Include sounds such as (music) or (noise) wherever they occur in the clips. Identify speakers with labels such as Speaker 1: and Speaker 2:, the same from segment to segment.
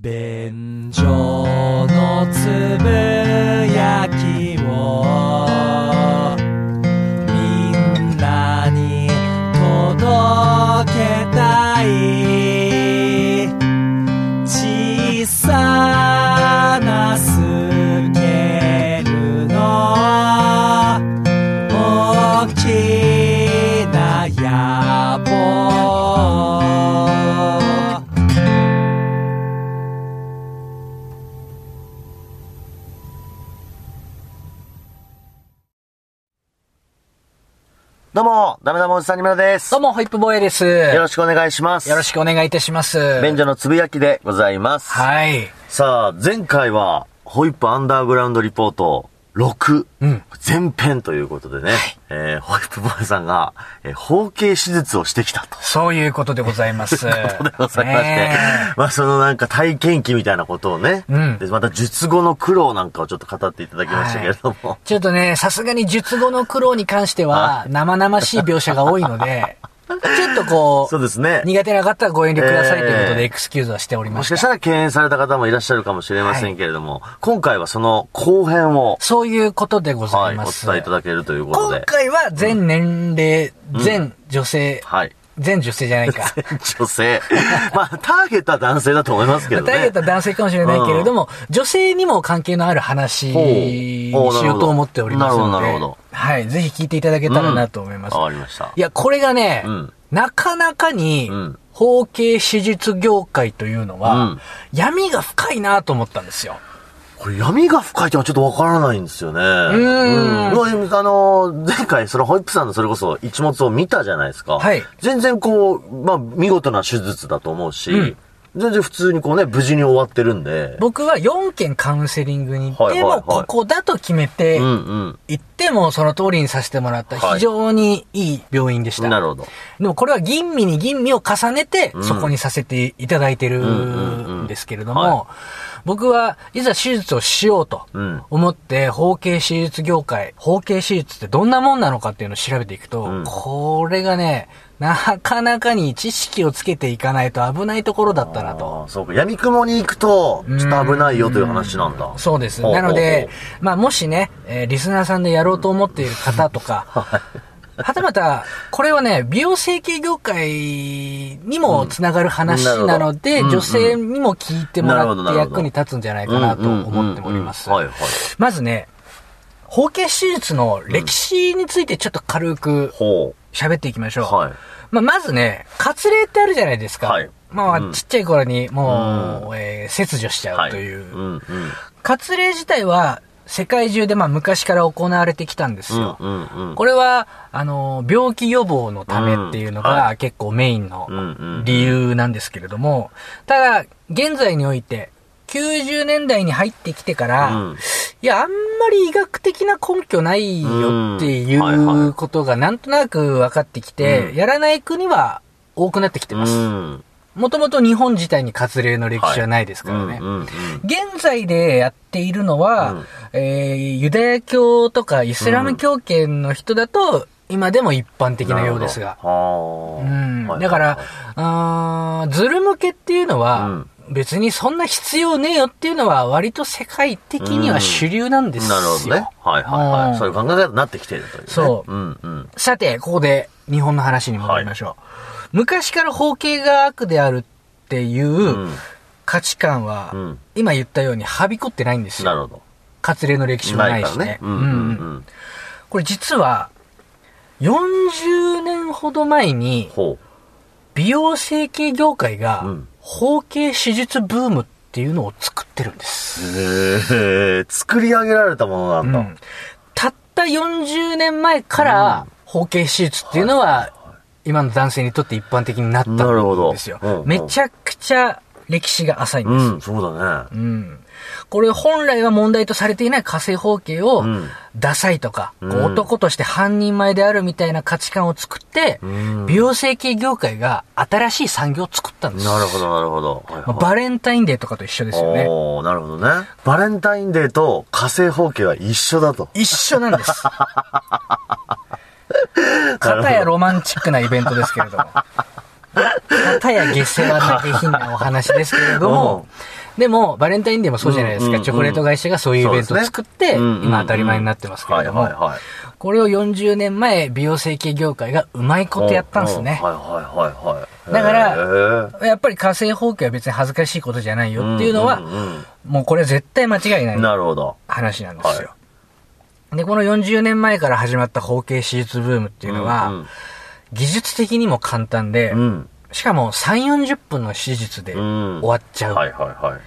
Speaker 1: 便所のつぶやきをみんなに届けたい小さなスケールの大きな野望
Speaker 2: どうも、ダメダメおじさんにむらです。
Speaker 3: どうも、ホイップボーイです。
Speaker 2: よ
Speaker 3: よ
Speaker 2: ろしくお願いします。
Speaker 3: ろしくお願いいたします。
Speaker 2: 便所のつぶやきでございます。
Speaker 3: はい。
Speaker 2: さあ、前回は、ホイップアンダーグラウンドリポート6、
Speaker 3: うん
Speaker 2: 前編ということでね、えーホイップボーイさんが、えー包茎手術をしてきたと。
Speaker 3: そういうことでござい
Speaker 2: (laughs)
Speaker 3: ます。そういうこと
Speaker 2: でございまして、まあそのなんか体験記みたいなことをね、
Speaker 3: うん
Speaker 2: でまた術後の苦労なんかをちょっと語っていただきましたけれども、
Speaker 3: ちょっとね、さすがに術後の苦労に関しては、生々しい描写が多いの
Speaker 2: (laughs)
Speaker 3: で、ちょっとこう、
Speaker 2: そうですね
Speaker 3: 苦手な方はご遠慮くださいということ
Speaker 2: ええ
Speaker 3: で、エクスキューズはしておりま
Speaker 2: も
Speaker 3: し。
Speaker 2: したかしたら敬遠された方もいらっしゃるかもしれませんけれども、今回はその後編を、
Speaker 3: そういうことでござ
Speaker 2: はいい、
Speaker 3: ま
Speaker 2: お
Speaker 3: す。
Speaker 2: 伝えいただけるということ
Speaker 3: 今
Speaker 2: で。
Speaker 3: 回は全年齢、全女性、
Speaker 2: はい。 (laughs)
Speaker 3: 全女性じゃないか。
Speaker 2: 女性。まあ、ターゲットは男性だと思いますけどね。
Speaker 3: ダイエットは男性かもしれないけれども、女性にも関係のある話にし
Speaker 2: ほうほう
Speaker 3: ようと思っておりますので、
Speaker 2: なるほどなるほど
Speaker 3: はい、ぜひ聞いていただけたらなと思います。
Speaker 2: わかりました
Speaker 3: い。や、これがね、
Speaker 2: うん
Speaker 3: なかなかに
Speaker 2: うん、
Speaker 3: 包茎手術業界というのは、
Speaker 2: うん
Speaker 3: 闇が深いなと思ったんですよ。
Speaker 2: これ闇が深いってのはちょっとわからないんですよね。うんん。まああの、前回、そのホイップさんのそれこそ一物を見たじゃないですか。
Speaker 3: はい
Speaker 2: 全然こう、まあ、見事な手術だと思うし、
Speaker 3: ん
Speaker 2: 全然普通にこうね、無事に終わってるんで。
Speaker 3: 僕は4件カウンセリングに行っ
Speaker 2: はい
Speaker 3: て、
Speaker 2: はいは
Speaker 3: も
Speaker 2: いう
Speaker 3: ここだと決めて
Speaker 2: うん、うん。
Speaker 3: 行ってもその通りにさせてもらった、
Speaker 2: はい
Speaker 3: 非常にいい病院でした。
Speaker 2: なるほど。
Speaker 3: でもこれは吟味に吟味を重ねて、そこにさせていただいてる
Speaker 2: んうんうん
Speaker 3: んですけれど
Speaker 2: は
Speaker 3: も、僕はいざ手術をしようと
Speaker 2: うん
Speaker 3: 思って、包茎手術業界、包茎手術ってどんなもんなのかっていうのを調べていくと、
Speaker 2: ん
Speaker 3: これがね、なかなかに知識をつけていかないと危ないところだったなと。
Speaker 2: ああ、そうか。闇雲に行くと、ちょっと危ないよという話なんだ。
Speaker 3: そうです。
Speaker 2: ほうほう
Speaker 3: な
Speaker 2: ほう
Speaker 3: ので、まあもしね、えーリスナーさんでやろうと思っている方と
Speaker 2: (laughs)
Speaker 3: か、はたまた、これはね、美容整形業界にもつながる話
Speaker 2: うんな
Speaker 3: な
Speaker 2: るほど
Speaker 3: ので、
Speaker 2: うんうん
Speaker 3: 女性にも聞いても
Speaker 2: なる
Speaker 3: ら
Speaker 2: ほど
Speaker 3: っ
Speaker 2: な
Speaker 3: て
Speaker 2: るほど
Speaker 3: 役に立つんじゃないかなと思っております
Speaker 2: うんうんうんうん。はい
Speaker 3: まずね、包茎手術の歴史についてちょっと軽く
Speaker 2: ほ
Speaker 3: 喋っていきましょう。
Speaker 2: う。はい。
Speaker 3: まあ、まずね、割礼ってあるじゃないですか。
Speaker 2: はい
Speaker 3: まあ、
Speaker 2: うん
Speaker 3: ちっちゃい頃にもう、えー切除しちゃ
Speaker 2: は
Speaker 3: うという。
Speaker 2: うんうん。
Speaker 3: 割礼自体は世界中でまあ昔から行われてきたんです
Speaker 2: うん
Speaker 3: よ。
Speaker 2: うんうん。
Speaker 3: これは、あの、病気予防のためっていうの
Speaker 2: うんは
Speaker 3: が結構メインの
Speaker 2: うんうん
Speaker 3: 理由なんですけれども、ただ、現在において、90年代に入ってきてから、
Speaker 2: うん
Speaker 3: いや、あんまり医学的な根拠ないよってい
Speaker 2: うんはいうは
Speaker 3: うことがなんとなく分かってきて、
Speaker 2: うん
Speaker 3: やらない国は多くなってきてます。
Speaker 2: うん
Speaker 3: もともと日本自体に割礼の歴史はないですからね。
Speaker 2: うんうんうん
Speaker 3: 現在でやっているのは、
Speaker 2: うん
Speaker 3: えーユダヤ教とかイスラム教圏の人だと、今でも一般的なようですが。
Speaker 2: なるほ
Speaker 3: う
Speaker 2: ど
Speaker 3: ん
Speaker 2: はあ。
Speaker 3: だから、あーズル向けっていうのは、
Speaker 2: うん
Speaker 3: 別にそんな必要ねえよっていうのは、割と世界的には主流なんですよ。
Speaker 2: なるほどね。はいはい
Speaker 3: う
Speaker 2: はい。
Speaker 3: ん
Speaker 2: そういう考え方になってきているというね。
Speaker 3: そう
Speaker 2: うんうん。
Speaker 3: さて、ここで日本の話に戻りましょう。昔から包茎が悪であるってい
Speaker 2: うん
Speaker 3: う価値観は、
Speaker 2: うん
Speaker 3: 今言ったようにはびこってないんですよ。
Speaker 2: なるほど。
Speaker 3: 割礼の歴史もないしね。
Speaker 2: うん
Speaker 3: う
Speaker 2: うんん
Speaker 3: う
Speaker 2: うんん。
Speaker 3: これ実は、40年ほど前に、
Speaker 2: ほ
Speaker 3: 美容整形業界が
Speaker 2: うん、
Speaker 3: 包茎手術ブームっていうのを作ってるんで
Speaker 2: う。
Speaker 3: す。
Speaker 2: へえ、作り上げられたもの
Speaker 3: う
Speaker 2: なんだ。
Speaker 3: ん、たった40年前から、包茎手術っていうのは、今の男性にとって一般的になったん
Speaker 2: なるほど
Speaker 3: ですよ
Speaker 2: うんう。ん
Speaker 3: めちゃくちゃ歴史が浅いん
Speaker 2: う
Speaker 3: です。
Speaker 2: ん、そうだね。
Speaker 3: うん。これ本来は問題とされていない火星包茎を
Speaker 2: うん、
Speaker 3: ダサいとか、こう
Speaker 2: うん
Speaker 3: 男として半人前であるみたいな価値観を作って、
Speaker 2: ん
Speaker 3: 美容整形業界が新しい産業を作ったんです。
Speaker 2: なるほど、なるほど。はい
Speaker 3: まあ
Speaker 2: は
Speaker 3: バレンタインデーとかと一緒で
Speaker 2: い
Speaker 3: すよね。
Speaker 2: おーなるほどね。バレンタインデーと火星包茎は一緒だと。
Speaker 3: 一緒なんです。かたやロマンチックなイベントですけれども。かたや下世話な下品なお話ですけれども、でも、バレンタインデーもそうじゃないです
Speaker 2: うんうん
Speaker 3: か。
Speaker 2: うん
Speaker 3: チョコレート会社がそういうイベントを作って、
Speaker 2: そうですねうんうんうん
Speaker 3: 今当たり前になってますけれども
Speaker 2: はい、はいはい。
Speaker 3: これを40年前、美容整形業界がうまいことやったんですね
Speaker 2: う。はいはいはいはい。
Speaker 3: だから
Speaker 2: へー
Speaker 3: やっぱり火星放棄は別に恥ずかしいことじゃないよっていうの
Speaker 2: ん
Speaker 3: は、
Speaker 2: ん
Speaker 3: もうこれ絶対間違いな
Speaker 2: う
Speaker 3: い
Speaker 2: んなるほど。
Speaker 3: 話なんですよ。で、この40年前から始まった包茎手術ブームっていうの
Speaker 2: うんう
Speaker 3: は
Speaker 2: ん、
Speaker 3: 技術的にも簡単で
Speaker 2: う、ん。
Speaker 3: しかも3、40分の手術で
Speaker 2: うん
Speaker 3: 終わっちゃ。
Speaker 2: はいうはいはい。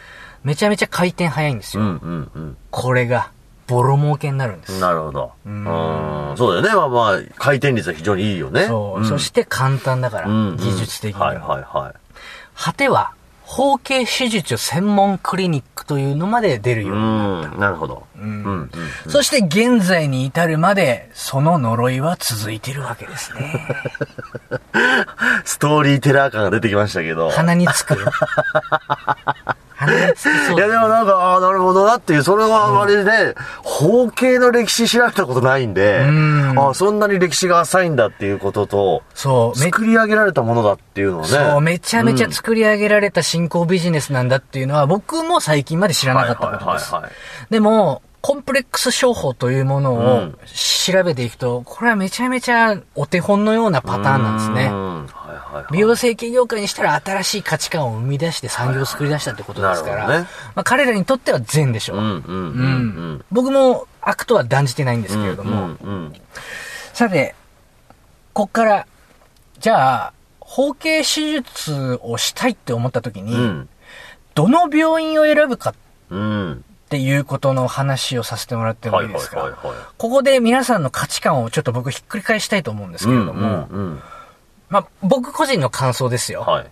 Speaker 3: めちゃめちゃ回転早いんです
Speaker 2: う
Speaker 3: よ。
Speaker 2: んうん
Speaker 3: これが、ボロ儲けになるんで
Speaker 2: うん。
Speaker 3: す。
Speaker 2: なるほど。うん。そうだよね。まあまあ、回転率は非常にいいよね。
Speaker 3: そう。
Speaker 2: ん
Speaker 3: そして簡単だから、
Speaker 2: うんうん
Speaker 3: 技術的に
Speaker 2: はい
Speaker 3: は。
Speaker 2: はいはい。
Speaker 3: 果ては、包茎手術専門クリニックというのまで出るように
Speaker 2: うん。なるほど。うんうん。
Speaker 3: そして現在に至るまで、その呪いは続いてるわけですね。
Speaker 2: (laughs) ストーリーテラー感が出てきましたけど。
Speaker 3: 鼻につく。鼻につきそう
Speaker 2: いやでもなんか、ああ、なるほどなっていう、それはあれね、包茎の歴史調べたことないんで、
Speaker 3: ん
Speaker 2: ああそんなに歴史が浅いんだっていうことと、
Speaker 3: そう、め、
Speaker 2: 作り上げられたものだっていうのはね。
Speaker 3: そう、めちゃめちゃ
Speaker 2: うん
Speaker 3: 作り上げられた新興ビジネスなんだっていうのは、僕も最近まで知らなかったことです
Speaker 2: はいはいはいは。
Speaker 3: でも、コンプレックス商法というもの
Speaker 2: う
Speaker 3: を
Speaker 2: ん
Speaker 3: 調べていくと、これはめちゃめちゃお手本のようなパターンなんです
Speaker 2: う
Speaker 3: ね。
Speaker 2: んはいはいはい。
Speaker 3: 美容整形業界にしたら新しい価値観を生み出して産業を作り出したってことですか
Speaker 2: なるほ
Speaker 3: ら、
Speaker 2: どね
Speaker 3: まあ、彼らにとっては善でしょう
Speaker 2: う。んう
Speaker 3: う
Speaker 2: んう
Speaker 3: ん
Speaker 2: ん
Speaker 3: 僕も悪とは断じてないんです
Speaker 2: うん。
Speaker 3: けれども、
Speaker 2: うんうん
Speaker 3: さて、こっから、じゃあ、包茎手術をしたいって思った時に、
Speaker 2: うん。
Speaker 3: どの病院を選ぶかっ
Speaker 2: うん。
Speaker 3: ていうことの話をさせてもらってもいいですか、
Speaker 2: はいはいはいはい
Speaker 3: ここで皆さんの価値観をちょっと僕ひっくり返したいと思うんですけれども、
Speaker 2: うんうんうん
Speaker 3: まあ僕個人の感想ですよ。
Speaker 2: はい。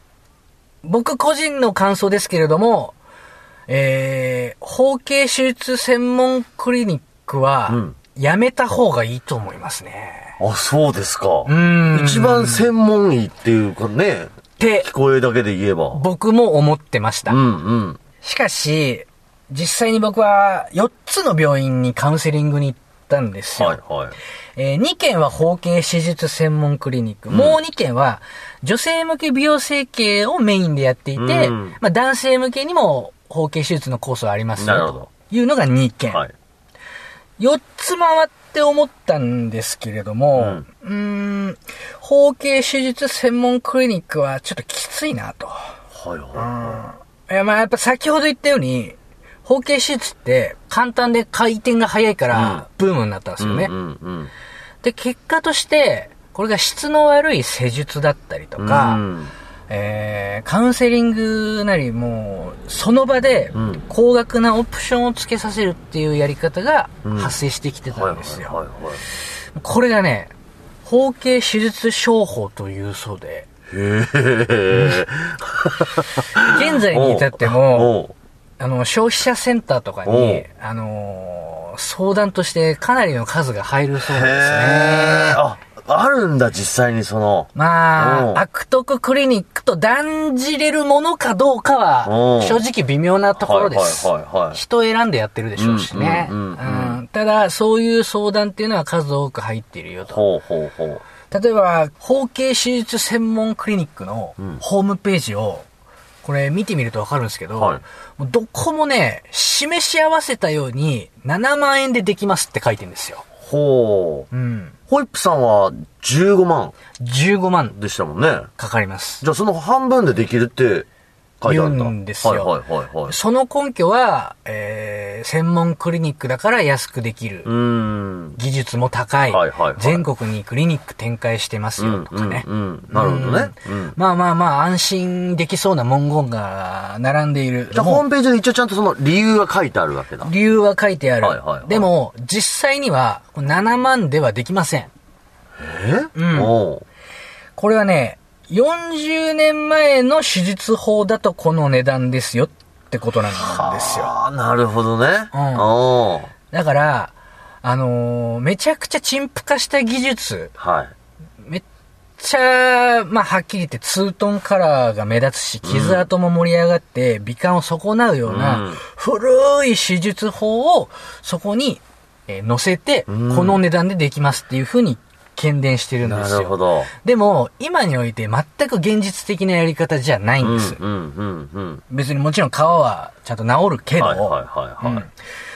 Speaker 3: 僕個人の感想ですけれども、えー、包茎手術専門クリニック
Speaker 2: う
Speaker 3: は
Speaker 2: ん、
Speaker 3: やめた方がいいと思いますね。
Speaker 2: あ、そうですか。
Speaker 3: ん
Speaker 2: 一番専門医っていうかね、
Speaker 3: って
Speaker 2: 聞、こえだけで言えば。
Speaker 3: 僕も思ってました
Speaker 2: う。んうん。
Speaker 3: しかし、実際に僕は4つの病院にカウンセリングに行ったんですよ。
Speaker 2: はいはい。
Speaker 3: え2件は包茎手術専門クリニック、もう2件は女性向け美容整形をメインでやっていて、
Speaker 2: うん
Speaker 3: まあ、男性向けにも包茎手術のコースはあります
Speaker 2: なる
Speaker 3: よ
Speaker 2: ほ
Speaker 3: と
Speaker 2: ど
Speaker 3: いうのが2件。
Speaker 2: はい。
Speaker 3: 4つ回って思ったんですけれども、うーん包茎手術専門クリニックはちょっときついなと。
Speaker 2: はいはい
Speaker 3: や、まあやっぱ先ほど言ったように、包茎手術って簡単で回転が早いから、ブームになったんです
Speaker 2: い。
Speaker 3: よね。
Speaker 2: うんうん
Speaker 3: で、結果として、これが質の悪い施術だったりと
Speaker 2: うん。
Speaker 3: か、
Speaker 2: うん
Speaker 3: えー、カウンセリングなりもう、その場で
Speaker 2: ん
Speaker 3: 高額なオプションをつけさせるっていうやり方が発生してきて
Speaker 2: は
Speaker 3: た
Speaker 2: い
Speaker 3: んですよ。
Speaker 2: はいはいはい。
Speaker 3: これがね、包茎手術商法というそうで、
Speaker 2: へ
Speaker 3: 現在に至って
Speaker 2: え。
Speaker 3: も、
Speaker 2: おう
Speaker 3: あの、消費者センターとか
Speaker 2: おう
Speaker 3: に、あのー相談としてかなりの数が入るそう
Speaker 2: へ
Speaker 3: なんです
Speaker 2: え。
Speaker 3: ね。
Speaker 2: あ、あるんだ、実際にその。
Speaker 3: ま
Speaker 2: おう
Speaker 3: あ、悪徳クリニックと断じれるものかどうか
Speaker 2: お
Speaker 3: は
Speaker 2: う、
Speaker 3: 正直微妙なところです
Speaker 2: はい。はいはいはい。
Speaker 3: 人を選んでやってるでしょうしね。
Speaker 2: うんうんうんうん
Speaker 3: うんただ、そういう相談っていうのは数多く入っているよと。
Speaker 2: ほうほうほう。
Speaker 3: 例えば、包茎手術専門クリニックのホームページを、これ見てみるとわかるんですけど、
Speaker 2: はい
Speaker 3: もうどこもね、示し合わせたように、7万円でできますって書いてるんですよ。
Speaker 2: ほう
Speaker 3: う。ん。
Speaker 2: ホイップさんは15万
Speaker 3: 15万
Speaker 2: でしたもんね。
Speaker 3: かかります。
Speaker 2: じゃあその半分でできるって書いてあるんだ。
Speaker 3: 言うんですよ
Speaker 2: はいはいはいはい。
Speaker 3: その根拠は、えー、専門クリニックだから安くできる。
Speaker 2: うーん。
Speaker 3: 技術も高い,、
Speaker 2: はいはいはい
Speaker 3: 全国にクリニック展開してますよとかね。
Speaker 2: うんうんうんなるほどね
Speaker 3: うん
Speaker 2: うん
Speaker 3: まあまあまあ、安心できそうな文言が並んでいる。
Speaker 2: じゃあホームページで一応ちゃんとその理由が書いてあるわけだ。
Speaker 3: 理由は書いてある。
Speaker 2: はいはいはい
Speaker 3: でも、実際にはこう7万ではできません。
Speaker 2: え
Speaker 3: うん
Speaker 2: おう
Speaker 3: これはね、40年前の手術法だとこの値段ですよってことなんですよ。
Speaker 2: ああ、なるほどね。
Speaker 3: うん
Speaker 2: おう
Speaker 3: だから、あのーめちゃくちゃ陳腐化した技術、
Speaker 2: はい。
Speaker 3: めっちゃ、まあ、はっきり言ってツートンカラーが目立つし、傷跡も盛り上がって美観を損なうよう
Speaker 2: う、
Speaker 3: なん古い手術法をそこに、えー載せて、こ
Speaker 2: うん
Speaker 3: の値段でできますっていうふうに喧伝してるんで
Speaker 2: な
Speaker 3: すよ。
Speaker 2: るほど。
Speaker 3: でも、今において全く現実的なやり方じゃない
Speaker 2: うんん、
Speaker 3: で
Speaker 2: う
Speaker 3: す。
Speaker 2: ん、うん、うん。
Speaker 3: 別にもちろん皮はちゃんと治るけど、
Speaker 2: はい、はい、はい、
Speaker 3: う
Speaker 2: は
Speaker 3: ん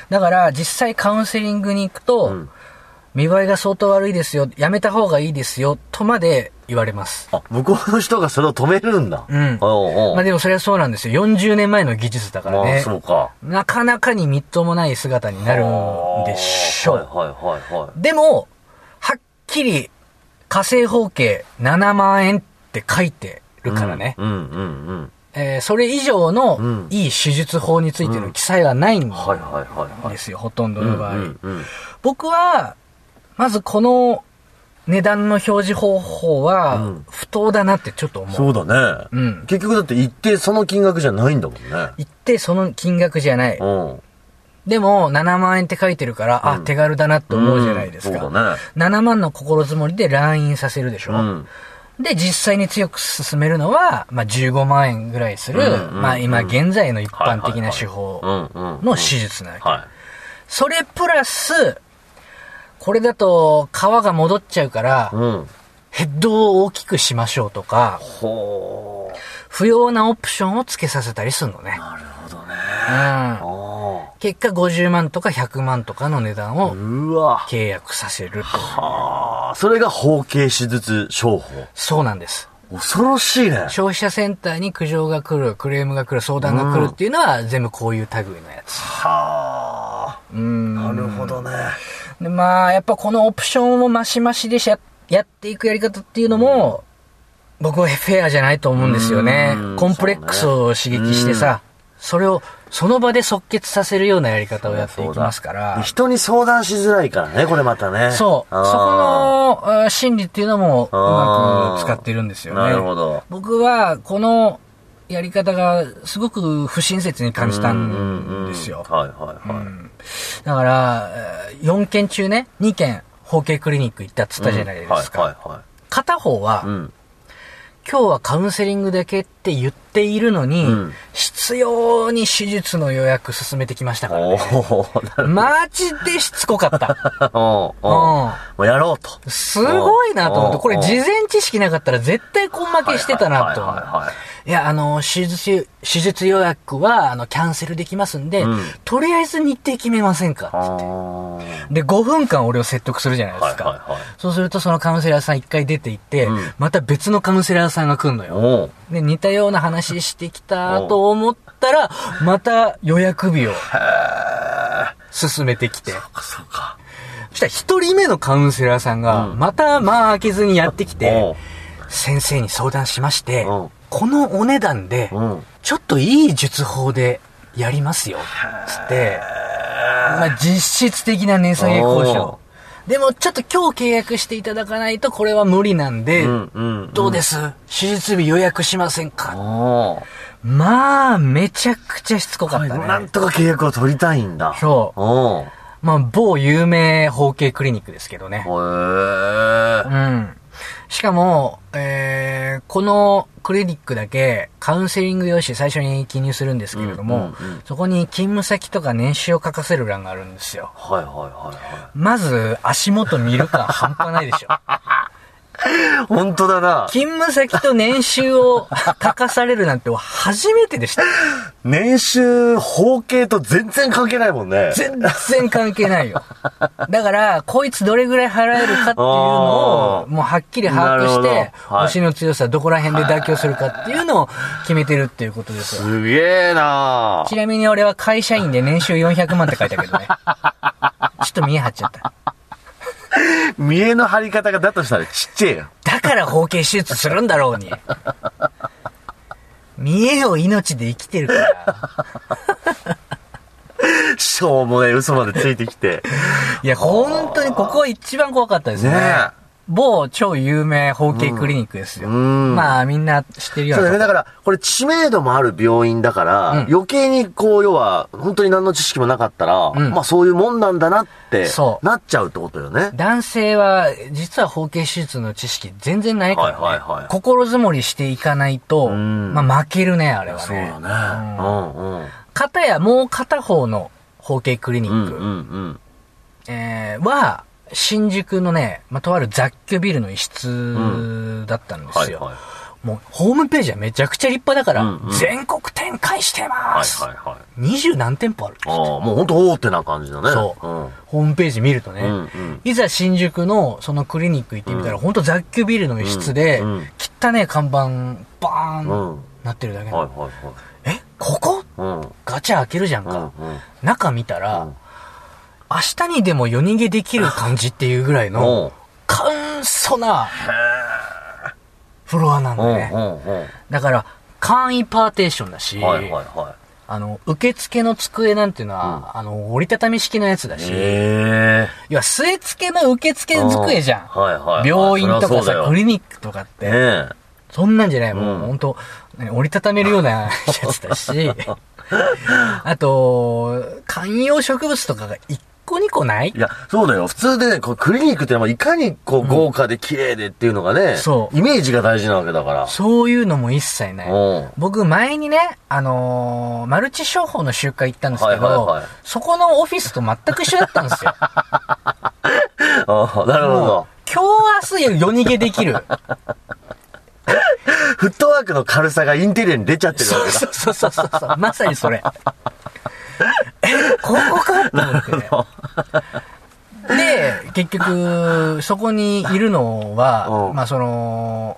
Speaker 3: だから実際カウンセリングに行くと、
Speaker 2: い。うん。
Speaker 3: 見栄えが相当悪いですよ、やめた方がいいですよ、とまで言われます。
Speaker 2: あ、向こうの人がそれを止めるんだ。
Speaker 3: うん
Speaker 2: おうおう
Speaker 3: まあでもそれはそうなんですよ。40年前の技術だから
Speaker 2: まあ
Speaker 3: ね。
Speaker 2: そうか。
Speaker 3: なかなかにみっともない姿になるんでしょう。
Speaker 2: はい、はい、はい、はい。
Speaker 3: でも、はっきり、火星方形7万円って書いてるからね。
Speaker 2: うん、うん、うんうん。
Speaker 3: えーそれ以上
Speaker 2: う
Speaker 3: の
Speaker 2: ん
Speaker 3: いい手術法についての記載はないんで
Speaker 2: はい、はい、はい、はい。
Speaker 3: すよ、ほとんど
Speaker 2: うん、う
Speaker 3: の場合。
Speaker 2: ん、うん。
Speaker 3: 僕は、まずこの値段の表示方法
Speaker 2: う
Speaker 3: は
Speaker 2: ん、
Speaker 3: 不当だなってちょっと思う。
Speaker 2: そうだね。
Speaker 3: うん
Speaker 2: 結局だって一定その金額じゃないんだもんね。
Speaker 3: 言ってその金額じゃない。
Speaker 2: うん。
Speaker 3: でも、7万円って書いてるから、あ、手軽だなって思うじゃないですか。
Speaker 2: うんそうだね。
Speaker 3: 7万の心づもりで来院させるでしょ、
Speaker 2: うん。
Speaker 3: で、実際に強く進めるのは、まあ、15万円ぐらいする、
Speaker 2: うんうんうん
Speaker 3: まあ、今現在の一般的な手
Speaker 2: う
Speaker 3: 法
Speaker 2: ん、うん。
Speaker 3: の手術なわけ。
Speaker 2: は
Speaker 3: それプラス、これだと皮が戻っちゃうから
Speaker 2: い。、うん。
Speaker 3: ヘッドを大きくしましょうとか、
Speaker 2: ほ
Speaker 3: 不要なオプションを付けさせたりするのね。
Speaker 2: ー。なるほどね。
Speaker 3: うん
Speaker 2: あ。あ。
Speaker 3: 結果50万とか100万とかの値段を
Speaker 2: うわ。
Speaker 3: 契約させると。
Speaker 2: はあ。それが包茎手術商法。
Speaker 3: そうなんです。
Speaker 2: 恐ろしいね。
Speaker 3: 消費者センターに苦情が来る、クレームが来る、相談が来るっていうのは全部こういう類のやつ。
Speaker 2: はあ。
Speaker 3: うん。
Speaker 2: なるほどね。
Speaker 3: で、まあ、やっぱこのオプションをマシマシでしゃやっていくやり方っていうのも、僕はフェアじゃないと思うんですよね
Speaker 2: うん。
Speaker 3: コンプレックスを刺激してさ、それをその場で即決させるようなやり方をやっていきますから。
Speaker 2: 人に相談しづらいからね、これまたね。
Speaker 3: そう。そこ
Speaker 2: あー
Speaker 3: のあー心理っていうのもうまく使ってるんですよね。
Speaker 2: なるほど。
Speaker 3: 僕は、このやり方がすごく不親切に感じた
Speaker 2: うんう
Speaker 3: ですよ。
Speaker 2: はいはいはい。
Speaker 3: だから、えー4件中ね、2件、包茎クリニック行ったっつったじゃないです
Speaker 2: うんは
Speaker 3: か。
Speaker 2: いはいはい。
Speaker 3: 片方は
Speaker 2: う、ん。
Speaker 3: 今日はカウンセリングだけって言っているのに
Speaker 2: うん、
Speaker 3: 必要に手術の予約進めてきましたから
Speaker 2: お
Speaker 3: ね。
Speaker 2: ーなる
Speaker 3: マジでしつこかった。
Speaker 2: (laughs) ほど。おーおー
Speaker 3: うん
Speaker 2: もうやろうと。
Speaker 3: すごいなと思って、
Speaker 2: お
Speaker 3: これ事前知識なかったら絶対根負けしてたなと思
Speaker 2: はいはいはいは
Speaker 3: う。いや、あの、手術、手術予約は、あの、キャンセルできますんで、
Speaker 2: うん
Speaker 3: とりあえず日程決めませんか
Speaker 2: あ
Speaker 3: っ
Speaker 2: ー
Speaker 3: てで、5分間俺を説得するじゃないで
Speaker 2: はい
Speaker 3: すか。
Speaker 2: はいはい。
Speaker 3: そうすると、そのカウンセラーさん一回出て行って、
Speaker 2: うん
Speaker 3: また別のカウンセラーさんが来んのよ。
Speaker 2: おー
Speaker 3: で、似たような話してきたと思った
Speaker 2: (laughs)
Speaker 3: ら、また予約日を進めてきて。
Speaker 2: あそうか。
Speaker 3: そしたら一人目のカウンセラーさんが、
Speaker 2: うん
Speaker 3: また間開けずにやってき
Speaker 2: お
Speaker 3: て
Speaker 2: う、
Speaker 3: 先生に相談しまして
Speaker 2: うん、
Speaker 3: このお値段で、
Speaker 2: うん。
Speaker 3: ちょっといい術法でやりますよ、つって、まあ実質的な値下げ交渉
Speaker 2: お。
Speaker 3: でもちょっと今日契約していただかないとこれは無理なんで、
Speaker 2: うんうん。
Speaker 3: どうです手術日予約しませんか
Speaker 2: おー
Speaker 3: まあ、めちゃくちゃしつこかった
Speaker 2: な
Speaker 3: ね
Speaker 2: ん。とか契約を取りたいんだ。。
Speaker 3: そう
Speaker 2: おー
Speaker 3: まあ、某有名包茎クリニックですけどね。
Speaker 2: へ
Speaker 3: う
Speaker 2: ー
Speaker 3: ん。しかも、えー、このクリニックだけカウンセリング用紙最初に記入するんですけれども、
Speaker 2: うんうんうん
Speaker 3: そこに勤務先とか年収を書かせる欄があるんですよ。
Speaker 2: はいは
Speaker 3: まず、足元見る感半端ないでしょ。
Speaker 2: いはいはい。本当だな。
Speaker 3: 勤務先と年収を書かされるなんて初めてでした。
Speaker 2: 年収、法系と全然関係ないもんね。
Speaker 3: 全然関係ないよ。だから、こいつどれぐらい払えるかっていうの
Speaker 2: あ
Speaker 3: を、
Speaker 2: ー
Speaker 3: もうはっきり把握して
Speaker 2: なる、ほどはい
Speaker 3: 推しの強さどこら辺で妥協するかっていうのを決めてるっていうことですよ。
Speaker 2: すげえな
Speaker 3: ちなみに俺は会社員で年収400万って書いたけどね。 (laughs) ちょっと見え張っちゃった。
Speaker 2: 見栄の張り方がだとしたらちっちゃいよ。
Speaker 3: だから包茎手術するんだろうに。見えを命で生きてるから。
Speaker 2: しょうもない嘘までついてき
Speaker 3: (laughs)
Speaker 2: て。
Speaker 3: いや、本当にここ一番怖かったですね。
Speaker 2: ねえ
Speaker 3: 某超有名包茎クリニックですよ。
Speaker 2: うんうん
Speaker 3: まあみんな知ってるよ
Speaker 2: そううだね。
Speaker 3: な。
Speaker 2: だから、これ知名度もある病院だから、
Speaker 3: うん
Speaker 2: 余計にこう、要は、本当に何の知識もなかったら、
Speaker 3: うん
Speaker 2: まあそういうもんなんだなって、
Speaker 3: そう
Speaker 2: なっちゃうってことよね。
Speaker 3: 男性は、実は包茎手術の知識全然ないからね。
Speaker 2: はいはいはい
Speaker 3: 心づもりしていかないと、
Speaker 2: ん
Speaker 3: まあ負けるね、あれはね。
Speaker 2: そうだね。うんうん。
Speaker 3: 片やもう片方の包茎クリニ
Speaker 2: うん
Speaker 3: ック、
Speaker 2: うんうん。
Speaker 3: えーは、新宿のね、まあ、とある雑居ビルの一室だったんですよ。
Speaker 2: はいは
Speaker 3: もう、ホームページはめちゃくちゃ立派だから、
Speaker 2: うんうん
Speaker 3: 全国展開してま
Speaker 2: い
Speaker 3: す
Speaker 2: はいはい。
Speaker 3: 二十、何店舗ある
Speaker 2: ああ、もうほんと大手な感じだね。
Speaker 3: そう、
Speaker 2: うん。
Speaker 3: ホームページ見るとね、
Speaker 2: うんうん
Speaker 3: いざ新宿のそのクリニック行ってみたら、
Speaker 2: うん
Speaker 3: ほんと雑居ビルの一室で、
Speaker 2: うんうん
Speaker 3: 汚ねえ看板、バーン、
Speaker 2: うん
Speaker 3: なってるだけなの、
Speaker 2: はいはいはい。
Speaker 3: えここ
Speaker 2: うん。
Speaker 3: ガチャ開けるじゃん
Speaker 2: う
Speaker 3: か。
Speaker 2: んうん。
Speaker 3: 中見たら、
Speaker 2: うん
Speaker 3: 明日にでも夜逃げできる感じっていうぐらい
Speaker 2: お
Speaker 3: の、簡素な、フロアなん
Speaker 2: う
Speaker 3: だ
Speaker 2: んうん
Speaker 3: ね。
Speaker 2: うん。
Speaker 3: だから、簡易パーテーションだし、
Speaker 2: はいはいは
Speaker 3: あの、受付の机なんていうのは、あの、折りたたみ式のやつだ
Speaker 2: い。
Speaker 3: し、
Speaker 2: え
Speaker 3: いや、据え付けの受付机じゃん。
Speaker 2: はいはいはい
Speaker 3: 病院とか
Speaker 2: そりゃそうだ
Speaker 3: さ、
Speaker 2: よ
Speaker 3: クリニックとかっ
Speaker 2: え。
Speaker 3: て、
Speaker 2: ね
Speaker 3: そんなんじゃないも
Speaker 2: うん
Speaker 3: ん。ほんと、ね折りたためるようなやつだ
Speaker 2: (laughs)
Speaker 3: し、あと、観葉植物とかが一個二個ない
Speaker 2: え。いや、そうだよ。普通でね、こうクリニックってのはいかにこう豪華で綺麗でっていうのがね、
Speaker 3: そう
Speaker 2: イメージが大事なわけだから。
Speaker 3: そういうのも一切ない。
Speaker 2: うん
Speaker 3: 僕、前にね、あのーマルチ商法の集会行ったんですけど、
Speaker 2: はいはいはい
Speaker 3: そこのオフィスと全く一緒だったんです
Speaker 2: (laughs)
Speaker 3: よ。
Speaker 2: ああ、なるほ
Speaker 3: も
Speaker 2: ど。
Speaker 3: う今日明日夜夜逃げできる。
Speaker 2: フットワークの軽さがインテリアに出ちゃってる
Speaker 3: そ
Speaker 2: わ
Speaker 3: う
Speaker 2: けだ。
Speaker 3: そうそうそうそうそう。まさにそれ。え、ここかと思ってね。で、結局、そこにいるのは
Speaker 2: う、ん
Speaker 3: まあその、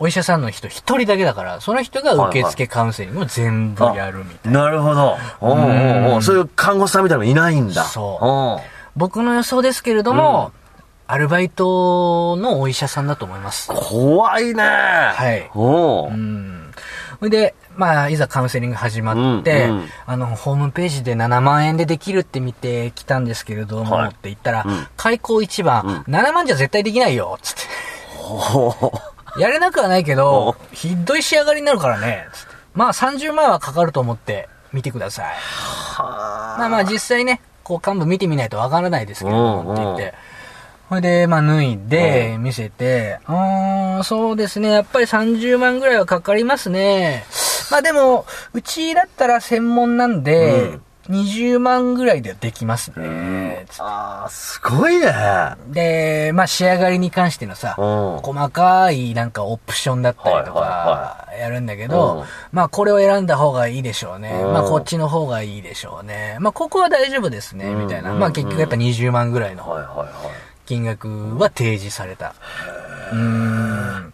Speaker 3: お医者さんの人一人だけだから、その人が受付カウンセリングを全部やるみたいな。
Speaker 2: なるほど。うんうんうん。そういう看護師さんみたいなのいないんだ。
Speaker 3: そ僕の予想ですけれども、アルバイトのお医者さんだと思います
Speaker 2: うん。。怖いね。
Speaker 3: い
Speaker 2: おう
Speaker 3: うん。それで、まあ、いざカウンセリング始まって、
Speaker 2: うんうん
Speaker 3: あの、ホームページで7万円でできるって見て来たんですけれども、
Speaker 2: はい
Speaker 3: って言ったら、
Speaker 2: うん
Speaker 3: 開口一番、7万じゃ絶対できないよ、つって。やれなくはないけど、ひどい仕上がりになるからね、つって。まあ、30万はかかると思って、見てください。まあまあ実際ね、こう幹部見てみないとわからないですけれど
Speaker 2: うんう
Speaker 3: も、
Speaker 2: ん
Speaker 3: って言って。ほいで、まあ脱いで、見せて、うーん、そうですね、やっぱり30万ぐらいはかかりますね。まあでも、うちだったら専門なんで、20万ぐらいでできますね。つっ
Speaker 2: ああ、すごいね。
Speaker 3: で、まあ仕上がりに関してのさ、
Speaker 2: うん
Speaker 3: 細かいなんかオプションだったりと
Speaker 2: はい
Speaker 3: か
Speaker 2: は、
Speaker 3: やるんだけ
Speaker 2: うん
Speaker 3: ど、まあこれを選んだ方がいいでしょうね。
Speaker 2: うん
Speaker 3: まあこっちの方がいいでしょうね。まあここは大丈夫ですね、みたいな。
Speaker 2: うん
Speaker 3: まあ結局やっぱ20万ぐらい
Speaker 2: はい
Speaker 3: の
Speaker 2: は
Speaker 3: 金額は提示された。うーん。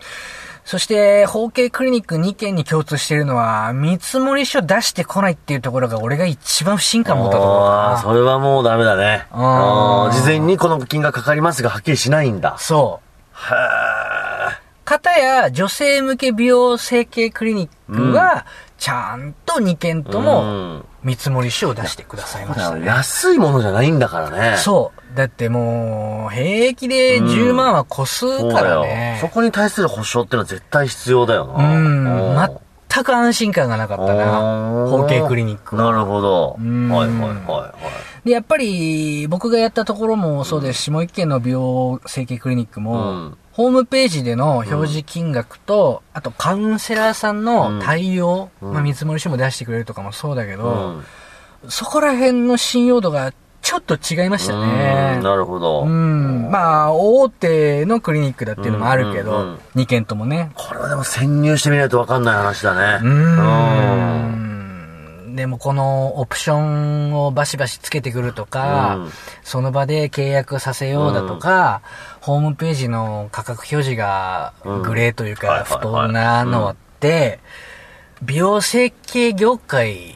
Speaker 3: そして、包茎クリニック2件に共通しているのは、見積もり書出してこないっていうところが俺が一番不信
Speaker 2: いはい。
Speaker 3: 感持ったところ
Speaker 2: ああ
Speaker 3: か
Speaker 2: それはもうダメだね。
Speaker 3: うん
Speaker 2: あー事前にこの金がかかりますが、はっきりしないんだ
Speaker 3: な。。そう。
Speaker 2: へえ。
Speaker 3: 方や女性向け美容整形クリニックは、ちゃんと2件とも
Speaker 2: うん
Speaker 3: 見積もり書を出してくださいましたね。
Speaker 2: 安いものじゃないんだからね。
Speaker 3: そう。だってもう、平気で10万は個数
Speaker 2: そう
Speaker 3: か
Speaker 2: だ
Speaker 3: ら
Speaker 2: よ。そ
Speaker 3: ね。
Speaker 2: こに対する保証ってのは絶対必要だよ
Speaker 3: う
Speaker 2: な。
Speaker 3: ん
Speaker 2: う。
Speaker 3: 全く安心感がなかったな。
Speaker 2: うん
Speaker 3: 包茎クリニックは。
Speaker 2: なるほど。
Speaker 3: うん
Speaker 2: はいはいはい
Speaker 3: で、やっぱり、僕がやったところもそうですし、もう一軒の美容整形クリニックも、
Speaker 2: うん
Speaker 3: ホームページでの表示金額と、あとカウンセラーさんの対応、
Speaker 2: うん
Speaker 3: まあ見積もり書も出してくれるとかもそうだけ
Speaker 2: はい。
Speaker 3: ど、そこら辺の信用度がちょっと違いました
Speaker 2: う
Speaker 3: ね
Speaker 2: ん。なるほど。
Speaker 3: うん。まあ、大手のクリニックだっていうのもあるけ
Speaker 2: うんうんう
Speaker 3: ど
Speaker 2: ん、
Speaker 3: 2軒ともね。
Speaker 2: これはでも潜入してみないと分かんない話だね。
Speaker 3: うー
Speaker 2: うん
Speaker 3: ん。でもこのオプションをバシバシつけてくるとか、
Speaker 2: うん
Speaker 3: その場で契約させようだとか、ホームページの価格表示が
Speaker 2: うん
Speaker 3: グレーという
Speaker 2: はい
Speaker 3: か
Speaker 2: はいは
Speaker 3: 不
Speaker 2: い
Speaker 3: 当なのって、美容整形業界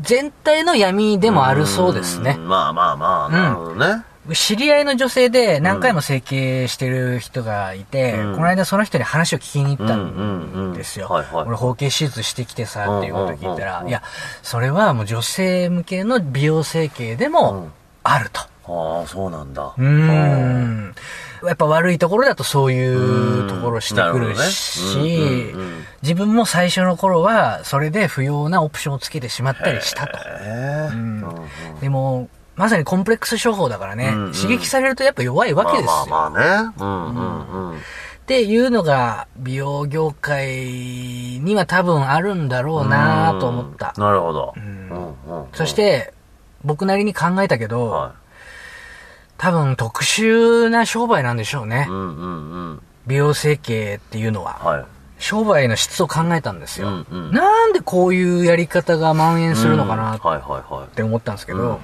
Speaker 3: 全体の闇でもあるそうですね
Speaker 2: う。んまあまあまあ、なるほどね。
Speaker 3: 知り合いの女性で何回も整形してる人がいて、
Speaker 2: うん
Speaker 3: この間その人に話を聞きに行った
Speaker 2: うんうんうんん
Speaker 3: ですよ。
Speaker 2: はいはい
Speaker 3: 俺包茎手術してきてさ、っていうことを聞いた
Speaker 2: うんうんうん
Speaker 3: ら、
Speaker 2: うん
Speaker 3: いや、それはもう女性向けの美容整形で
Speaker 2: う
Speaker 3: も
Speaker 2: ん
Speaker 3: あると。
Speaker 2: ああ、そうなんだ。
Speaker 3: うーん。やっぱ悪いところだとそういうところしてくるし、
Speaker 2: うんなるほどねうんうんうん
Speaker 3: 自分も最初の頃はそれで不要なオプションをつけてしまったりしたと。
Speaker 2: え
Speaker 3: ん
Speaker 2: えうんうん
Speaker 3: でも、まさにコンプレックス商法だからね、
Speaker 2: うんうん
Speaker 3: 刺激されるとやっぱ弱いわけですよ。
Speaker 2: まあまあまあね。うんうんうん。
Speaker 3: っていうのが美容業界には多分あるんだろうなと思った
Speaker 2: う。んなるほど。
Speaker 3: ん
Speaker 2: うんうんうん
Speaker 3: そし、て、僕なりに考えたけど、
Speaker 2: は
Speaker 3: 多分特殊な商売なんでしょうね
Speaker 2: う。んうんうん。
Speaker 3: 美容整形っていうのは。
Speaker 2: はい。
Speaker 3: 商売の質を考えたんですよ。
Speaker 2: うんうん
Speaker 3: なんでこういうやり方が蔓延するのかな
Speaker 2: うんはいはいは
Speaker 3: って思ったんですけど、
Speaker 2: うん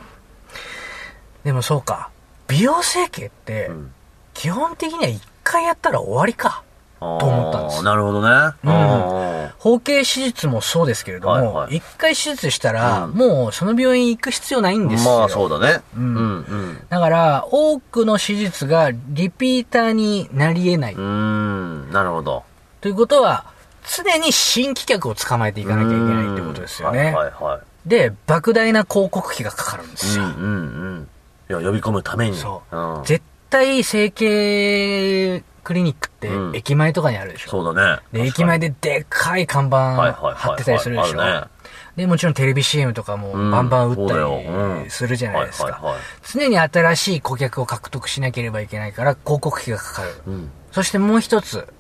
Speaker 3: でもそうか美容整形って
Speaker 2: い。うん
Speaker 3: 基本的には一回やったら終わりかと思ったんです
Speaker 2: あーなるほどね。
Speaker 3: うん
Speaker 2: あ
Speaker 3: 包茎手術もそうですけれども、
Speaker 2: は
Speaker 3: 一
Speaker 2: いはい
Speaker 3: 回手術したら、
Speaker 2: うん
Speaker 3: もうその病院行く必要ないん
Speaker 2: ー
Speaker 3: ですよ。
Speaker 2: まあそうだね。
Speaker 3: う
Speaker 2: うんんうん。
Speaker 3: だから、多くの手術がリピーターになり得ない。
Speaker 2: うーん、なるほど。
Speaker 3: ということは、常に新規客を捕まえていかなきゃいけないってことですよね。
Speaker 2: うんはいはいはい。
Speaker 3: で、莫大な広告費がかかるんです
Speaker 2: う
Speaker 3: よ。
Speaker 2: んうんうん。いや、呼び込むために。
Speaker 3: そう
Speaker 2: うん
Speaker 3: 絶対整形クリニックって
Speaker 2: うん
Speaker 3: 駅前とかにあるでしょ。
Speaker 2: そうだね。
Speaker 3: で、駅前ででっかい看板
Speaker 2: はいはいはいはい
Speaker 3: 貼ってたりするでしょ
Speaker 2: あるね。
Speaker 3: で、もちろんテレビ CM とかも
Speaker 2: うん
Speaker 3: バンバン打っ
Speaker 2: そうだよ
Speaker 3: た
Speaker 2: うん
Speaker 3: りするじゃないです
Speaker 2: はいはい
Speaker 3: か
Speaker 2: はい。
Speaker 3: 常に新しい顧客を獲得しなければいけないから広告費がかかる。
Speaker 2: うん。
Speaker 3: そしてもう一つ、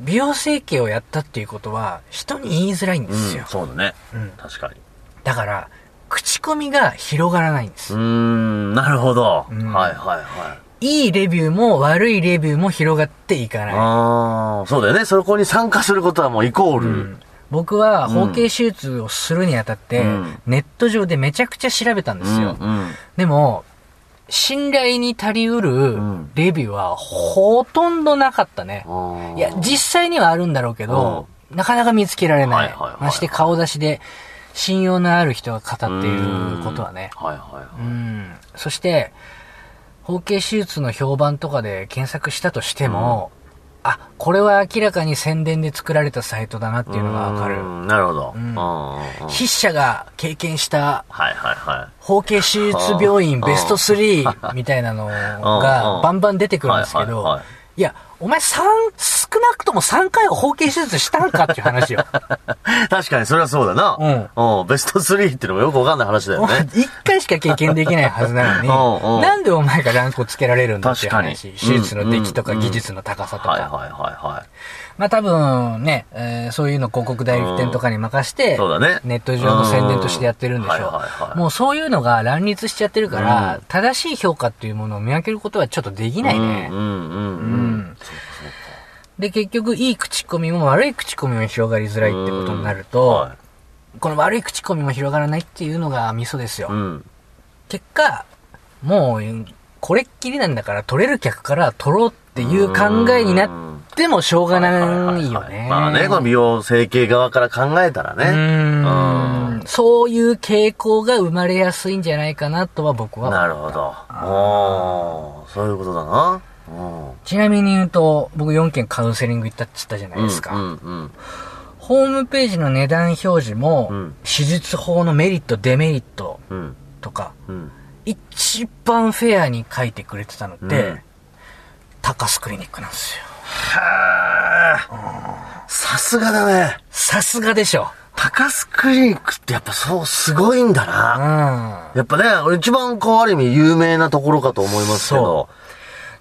Speaker 3: 美容整形をやったっていうことは人に言いづらいんで
Speaker 2: う
Speaker 3: す
Speaker 2: ん
Speaker 3: よ。
Speaker 2: そうだね
Speaker 3: うん。
Speaker 2: 確かに。
Speaker 3: だから、口コミが広がらないんで
Speaker 2: う
Speaker 3: す
Speaker 2: ー。ん、なるほど。はい
Speaker 3: ん
Speaker 2: はいはい。
Speaker 3: いいレビューも悪いレビューも広がっていかない。
Speaker 2: ああ、そうだよね。そこに参加することはもうイコール。
Speaker 3: 僕は包茎手術をするにあたって、
Speaker 2: うん
Speaker 3: ネット上でめちゃくちゃ調べたんで
Speaker 2: うん
Speaker 3: すよ。でも、信頼に足りうる
Speaker 2: ん
Speaker 3: レビューはほとんどなかったね。
Speaker 2: うん。
Speaker 3: いや、実際にはあるんだろうけど、なかなか見つけられない。
Speaker 2: はいはいはいはい
Speaker 3: まして顔出しで信用のある人が語っていることはね。
Speaker 2: うんはいはいはい。
Speaker 3: うん。そして、包茎手術の評判とかで検索したとしても、あ、これは明らかに宣伝で作られたサイトだなっていうのがわか
Speaker 2: う
Speaker 3: る。
Speaker 2: んなるほど。うんんうんうんはい
Speaker 3: 筆者が経験した
Speaker 2: はいは
Speaker 3: 包茎手術病院ベスト3みたいなのがバンバン出てくるんですけ
Speaker 2: はいはい
Speaker 3: ど
Speaker 2: はい、
Speaker 3: いや、お前三少なくとも3回は包茎手術したんかっていう話
Speaker 2: (laughs)
Speaker 3: よ。
Speaker 2: い。確かにそれはそうだな。うん。ベスト3っていうのもよくわかんない話だ
Speaker 3: お
Speaker 2: よ
Speaker 3: 前
Speaker 2: ね。
Speaker 3: 1回しか経験できないはずな
Speaker 2: うん
Speaker 3: の
Speaker 2: う
Speaker 3: に、
Speaker 2: ん
Speaker 3: なんでお前がランクをつけられるんだっていう話。
Speaker 2: 確か
Speaker 3: 手
Speaker 2: に
Speaker 3: 術の出来とか
Speaker 2: うんうん
Speaker 3: 技術の高さと
Speaker 2: はいはい
Speaker 3: か。
Speaker 2: はいはい。
Speaker 3: まあ多分ね、えーそういうの広告代理店とかに任して、
Speaker 2: そうだね
Speaker 3: ネット上の宣伝としてやってるんでし
Speaker 2: うんはいはい
Speaker 3: ょ
Speaker 2: は
Speaker 3: う。
Speaker 2: い
Speaker 3: もうそういうのが乱立しちゃってるから、
Speaker 2: うん
Speaker 3: 正しい評価っていうものを見分けることはちょっとできないね。
Speaker 2: うんうん
Speaker 3: う
Speaker 2: うんうん。
Speaker 3: ん。で、結局、いい口コミも悪い口コミも広がりづらいってことになると、
Speaker 2: は
Speaker 3: この悪い口コミも広がらないっていうのがミソですよ。
Speaker 2: い。うん。
Speaker 3: 結果、もう、これっきりなんだから、取れる客から取ろうっていう考えになってもしょうがないよ
Speaker 2: はいはいは
Speaker 3: ね
Speaker 2: い。まあね、この美容整形側から考えたら
Speaker 3: う
Speaker 2: ね。
Speaker 3: ーんそういう傾向が生まれやすいんじゃないかなとは僕は。
Speaker 2: なるほど。おー、そういうことだな。うん。
Speaker 3: ちなみに言うと、僕4件カウンセリング行ったって言ったじゃないですか。
Speaker 2: うんうん
Speaker 3: ホームページの値段表示も、
Speaker 2: うん
Speaker 3: 手術法のメリット、デメリット
Speaker 2: うん。うん。
Speaker 3: とか、
Speaker 2: うん。
Speaker 3: 一番フェアに書いてくれてたのって、
Speaker 2: うん
Speaker 3: 高須クリニックなんですよ。
Speaker 2: さすがだね。
Speaker 3: さすがでしょ。
Speaker 2: 高須クリニックってやっぱそう、すごいんだな。
Speaker 3: うん。
Speaker 2: やっぱね、俺一番こうある意味有名なところかと思いますけど。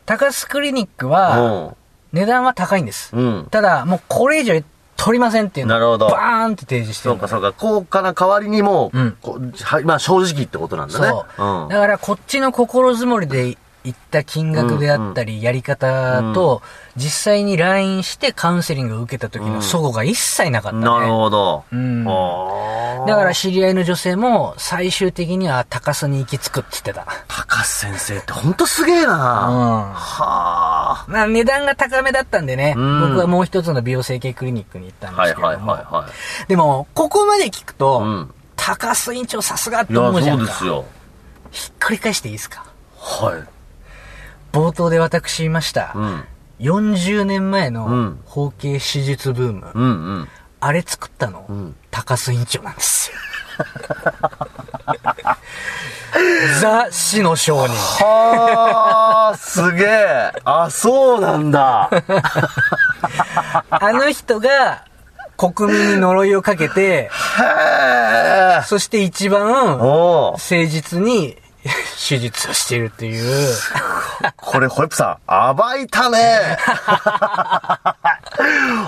Speaker 3: 高須クリニックは、値段は高いんです。
Speaker 2: うん。うん。
Speaker 3: ただ、もうこれ以上取りませんっていうの
Speaker 2: なるほど
Speaker 3: バーンって提示して
Speaker 2: そ
Speaker 3: る
Speaker 2: う
Speaker 3: の
Speaker 2: かそうか、高価な代わりにも、
Speaker 3: うん
Speaker 2: こうはい、まあ正直ってことなんだね。
Speaker 3: そう、
Speaker 2: うん。
Speaker 3: だからこっちの心づもりで行った金額であったり、やり方と、実際に来院してカウンセリングを受けた時の齟齬が一切なかったね。
Speaker 2: なるほど。
Speaker 3: うん
Speaker 2: あー
Speaker 3: だから、知り合いの女性も最終的には高須に行き着くって言ってた。
Speaker 2: 高須先生ってほんとすげえな、
Speaker 3: ま
Speaker 2: はあ。
Speaker 3: あ値段が高めだったんでね、
Speaker 2: うん
Speaker 3: 僕はもう一つの美容整形クリニックに行ったんで
Speaker 2: はい
Speaker 3: すけれども。
Speaker 2: はいはいは
Speaker 3: でも、ここまで聞くと、
Speaker 2: うん
Speaker 3: 高須院長さすがっ
Speaker 2: い。
Speaker 3: て
Speaker 2: いや、
Speaker 3: 思うじゃ
Speaker 2: そ
Speaker 3: ん
Speaker 2: う
Speaker 3: か。
Speaker 2: ですよ。
Speaker 3: ひっくり返していいですか
Speaker 2: は
Speaker 3: 冒頭で私言いました。
Speaker 2: い。うん。
Speaker 3: 40年前
Speaker 2: う
Speaker 3: の
Speaker 2: ん
Speaker 3: 包茎手術ブーム、
Speaker 2: うんうん。
Speaker 3: あれ作ったの、
Speaker 2: ん
Speaker 3: 高須院長なんですよ。 (laughs) ザ・死の商人。
Speaker 2: (laughs) はあ、すげえ。あ、そうなんだ。
Speaker 3: あの人が国民に呪いをかけて、
Speaker 2: へえ。
Speaker 3: そして一番
Speaker 2: おー
Speaker 3: 誠実に手術をしているっていう。
Speaker 2: これ、ホイップさん、暴いたね。 (laughs)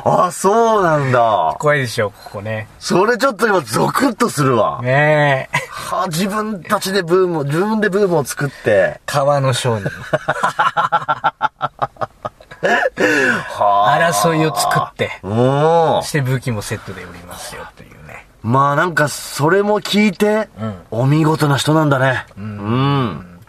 Speaker 2: あ、そうなんだ。
Speaker 3: 怖いでしょ、ここね。
Speaker 2: それちょっと今、ゾクッとするわ。
Speaker 3: ねえ。
Speaker 2: はあ、自分たちでブームを、自分でブームを作って。
Speaker 3: 川の商人。
Speaker 2: はあ。
Speaker 3: 争いを作って、
Speaker 2: うん
Speaker 3: そ。して武器もセットで売りますよ、というね。
Speaker 2: まあなんか、それも聞いて、
Speaker 3: ん
Speaker 2: お見事な人なんだね。うん。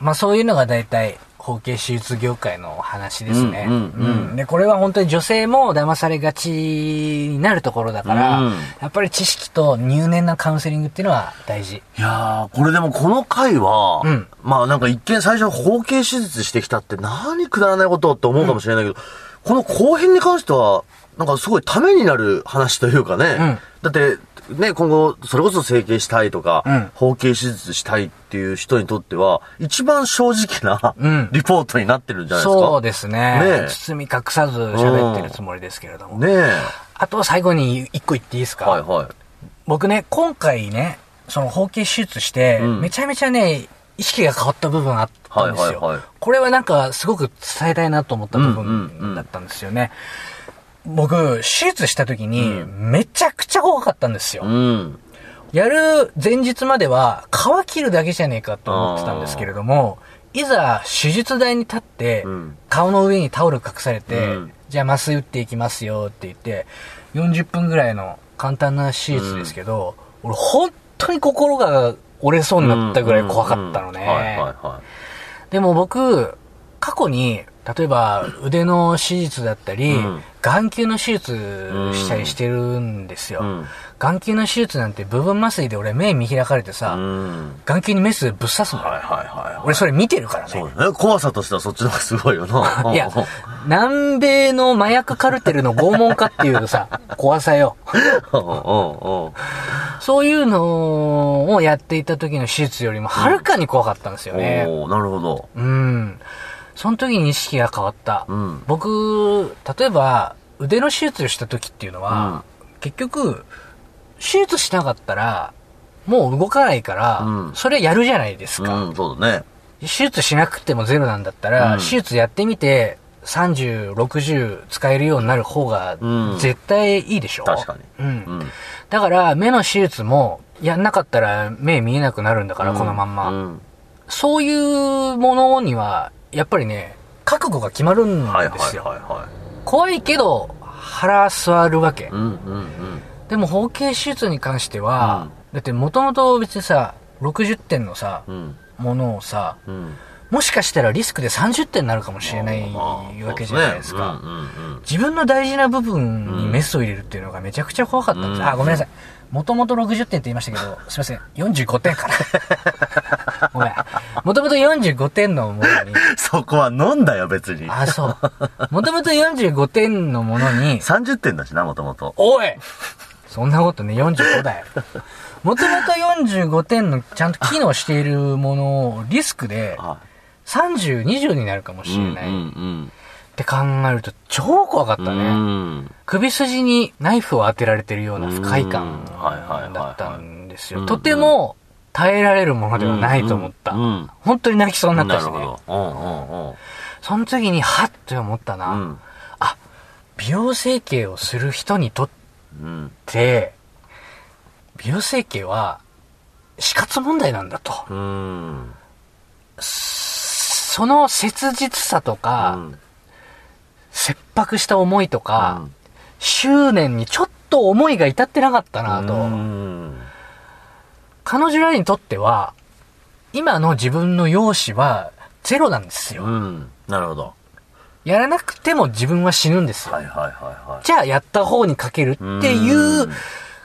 Speaker 3: まあそういうのが大体、包茎手術業界の話ですね。
Speaker 2: うんうんうん
Speaker 3: で、これは本当に女性も騙されがちになるところだから、
Speaker 2: うん
Speaker 3: やっぱり知識と入念なカウンセリングっていうのは大事。
Speaker 2: いやー、これでもこの回は、
Speaker 3: うん
Speaker 2: まあなんか一見最初包茎手術してきたって何くだらないことって思うかもしれないけど、この後編に関しては、なんかすごいためになる話というかね。だって、ね、今後、それこそ整形したいとか、
Speaker 3: うん
Speaker 2: 包茎手術したいっていう人にとっては、一番正直な、
Speaker 3: うん
Speaker 2: リポートになってるんじゃないですか。
Speaker 3: そうですね
Speaker 2: ねえ
Speaker 3: 包み隠さず喋ってるつもりですけれども。
Speaker 2: ねえ。
Speaker 3: あと最後に一個言っていいですか、
Speaker 2: はいはい。
Speaker 3: 僕ね、今回ね、その包茎手術して、
Speaker 2: うん
Speaker 3: めちゃめちゃね、意識が変わった部分あったんですよ。
Speaker 2: はいはいはい
Speaker 3: これはなんか、すごく伝えたいなと思った部
Speaker 2: うんうんう
Speaker 3: 分
Speaker 2: ん
Speaker 3: だったんですよね。僕、手術した時に、
Speaker 2: う
Speaker 3: めちゃくちゃ怖かったんですよ。
Speaker 2: うん。
Speaker 3: やる前日までは、皮切るだけじゃねえかと思ってたんですけれども、いざ手術台に立って、
Speaker 2: うん
Speaker 3: 顔の上にタオル隠されて、
Speaker 2: うん
Speaker 3: じゃあ麻酔打っていきますよって言って、40分ぐらいの簡単な手術ですけど、俺本当に心が折れそうになったぐらい怖かったの
Speaker 2: うんうんうんはいはい
Speaker 3: ね。
Speaker 2: は
Speaker 3: でも僕、過去に、例えば腕の手術だったり、
Speaker 2: うん
Speaker 3: 眼球の手術したりしてるんですよ。
Speaker 2: い。うん。
Speaker 3: 眼球の手術なんて部分麻酔で俺目見開かれてさ、
Speaker 2: うん。
Speaker 3: 眼球にメスぶっ刺すの、
Speaker 2: はいはいはいはい。
Speaker 3: 俺それ見てるから
Speaker 2: そ
Speaker 3: ね
Speaker 2: う。だね。怖さとしてはそっちの方がすごいよな。
Speaker 3: いや、南米の麻薬カルテルの拷問かっていう
Speaker 2: (laughs)
Speaker 3: さ、怖さよ。
Speaker 2: うんうんうん。
Speaker 3: そういうのをやっていた時の手術よりもはるかに怖かったんですよね。
Speaker 2: おーなるほど。
Speaker 3: うん。その時に意識が変わった。
Speaker 2: うん
Speaker 3: 僕、例えば腕の手術をした時っていうのは、結局、手術しなかったら、もう動かないから、
Speaker 2: うん
Speaker 3: それやるじゃないですか。
Speaker 2: うん、そうだね。
Speaker 3: 手術しなくてもゼロなんだったら、
Speaker 2: うん
Speaker 3: 手術やってみて、30、60使えるようになる方が
Speaker 2: うん、
Speaker 3: 絶対いいでしょ、
Speaker 2: 確かに。
Speaker 3: うん。
Speaker 2: うん。
Speaker 3: だから、目の手術も、やんなかったら目見えなくなるんだから、このまんま、
Speaker 2: うん。
Speaker 3: そういうものには、やっぱりね、覚悟が決まるんですよ。
Speaker 2: はいはいはいはい。
Speaker 3: 怖いけど、腹座るわけ。
Speaker 2: うんうんうん。
Speaker 3: でも、包茎手術に関しては、だって、もともと別にさ、60点のさ、
Speaker 2: うん
Speaker 3: ものをさ、
Speaker 2: うん。
Speaker 3: もしかしたらリスクで30点になるかもしれないわけじゃないですか。
Speaker 2: そうねうんうん
Speaker 3: 自分の大事な部分にメスを入れるっていうのがめちゃくちゃ怖かったんです。
Speaker 2: うん
Speaker 3: あ、ごめんなさい。もともと60点って言いましたけ
Speaker 2: (laughs)
Speaker 3: ど、すいません。45点から。 (laughs) ごめん。もともと45点のものに、
Speaker 2: うんそこは飲んだよ、別に。
Speaker 3: あ、そう。もともと45点のものに、
Speaker 2: 30点だしな、もともと。
Speaker 3: おいそんなことね、45だよ。もともと45点のちゃんと機能しているものをリスクで
Speaker 2: は
Speaker 3: 30、20になるかも
Speaker 2: い
Speaker 3: しれない。
Speaker 2: うん
Speaker 3: って考えると超怖かっ
Speaker 2: う
Speaker 3: たね。
Speaker 2: ん。うん。
Speaker 3: 首筋にナイフを当てられてるような不快
Speaker 2: うん
Speaker 3: 感
Speaker 2: はいはいはいはい
Speaker 3: だったんです
Speaker 2: う
Speaker 3: よ。
Speaker 2: んうん
Speaker 3: とても耐えられるものではないと思った。
Speaker 2: うんうん
Speaker 3: 本当に泣きそうにな
Speaker 2: な
Speaker 3: った
Speaker 2: る
Speaker 3: し
Speaker 2: ほ
Speaker 3: ね。
Speaker 2: ど。う
Speaker 3: その次にハッと思ったな、
Speaker 2: んうんうん。
Speaker 3: 美容整形をする人にとっ
Speaker 2: うん。うん。
Speaker 3: て、美容整形は死活問題なんだと。
Speaker 2: うん。
Speaker 3: その切実さとか、切迫した思いとか、
Speaker 2: うん
Speaker 3: 執念にちょっと思いが至ってなかったなと。
Speaker 2: うん。
Speaker 3: 彼女らにとっては、今の自分の容姿はゼロなんですよ。
Speaker 2: うん。なるほど。
Speaker 3: やらなくても自分は死ぬんですよ。
Speaker 2: はいはいはいはい。
Speaker 3: じゃあやった方にかけるっていううん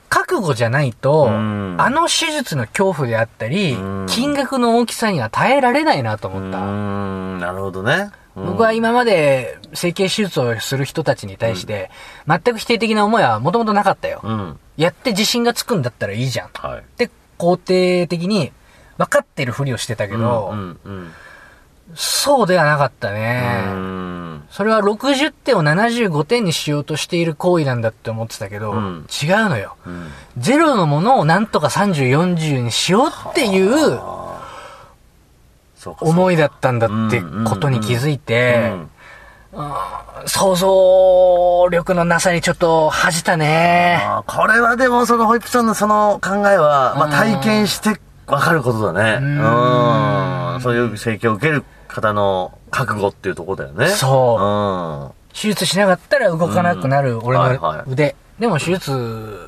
Speaker 3: 覚悟じゃないと、
Speaker 2: うん
Speaker 3: あの手術の恐怖であったり
Speaker 2: うん、
Speaker 3: 金額の大きさには耐えられないなと
Speaker 2: う
Speaker 3: 思った。
Speaker 2: ーん、なるほどね。うん
Speaker 3: 僕は今まで整形手術をする人たちに対して、全く否定的な思いはもともとなかったよ。
Speaker 2: うん。
Speaker 3: やって自信がつくんだったらいいじゃん。っ
Speaker 2: はい。
Speaker 3: て肯定的に分かってるふりをしてたけど、
Speaker 2: うん、うん。
Speaker 3: そうではなかった
Speaker 2: う
Speaker 3: ね。
Speaker 2: ーん。
Speaker 3: それは60点を75点にしようとしている行為なんだって思ってたけど、
Speaker 2: うん
Speaker 3: 違うのよ。ゼロのものをなんとか30、40にしようっていう
Speaker 2: そうか。
Speaker 3: 思いだったんだってことに気づいて、
Speaker 2: うん
Speaker 3: うん想像力のなさにちょっと恥じたね。
Speaker 2: あーこれはでもそのホイップさんのその考えは、まあ、体験してわかることだね。うん。そういう請求を受ける方の覚悟っていうところだよね。
Speaker 3: そ手術しなかったら動かなくなる俺
Speaker 2: はいは
Speaker 3: の
Speaker 2: い
Speaker 3: 腕。でも手術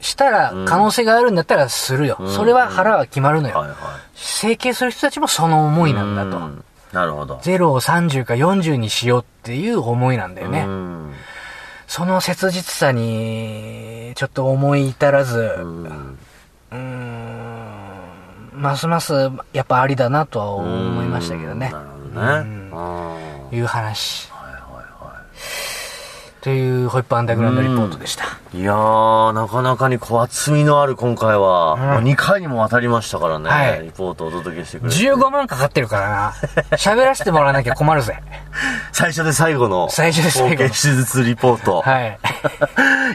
Speaker 3: したら可能性があるんだったらするよ。それは腹は決まるの
Speaker 2: うん。はい
Speaker 3: よ。
Speaker 2: は
Speaker 3: 整形する人たちもその思い
Speaker 2: い。
Speaker 3: なんだ
Speaker 2: う
Speaker 3: と。
Speaker 2: ん。なるほど。
Speaker 3: 0を30か40にしようっていう思いなんだよね。
Speaker 2: うん。
Speaker 3: その切実さに、ちょっと思い至らず、う
Speaker 2: うん
Speaker 3: ーん、ますますやっぱありだなとは思いましたけどね
Speaker 2: な。るほどね。うん
Speaker 3: いう話。というホイップアンダーグラウンドリポートでした。
Speaker 2: いやー、なかなかにこう厚みのある今回は、もう2回にもわたりましたからね、
Speaker 3: はい
Speaker 2: リポートをお届けしてくれて。
Speaker 3: 15万かかってるからな。喋らせてもらわなきゃ困る (laughs) ぜ。
Speaker 2: 最初で最後の、
Speaker 3: 最初で最後
Speaker 2: 後継手術リポート。
Speaker 3: はい。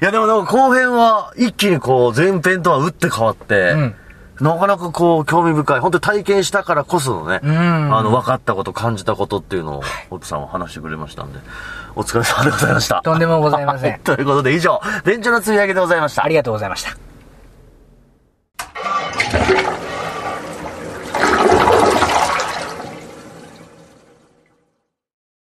Speaker 2: いやでもなんか後編は一気にこう前編とは打って変わって、
Speaker 3: ん
Speaker 2: なかなかこう興味深い、本当に体験したからこそのね、
Speaker 3: ん
Speaker 2: あの分かったこと、感じたことっていうのを、奥さんは話してくれましたんで、お疲れ様でございました。
Speaker 3: とんでもございません
Speaker 2: (laughs) ということで以上、電柱の積み上げでございました
Speaker 3: あ。りがとうございました。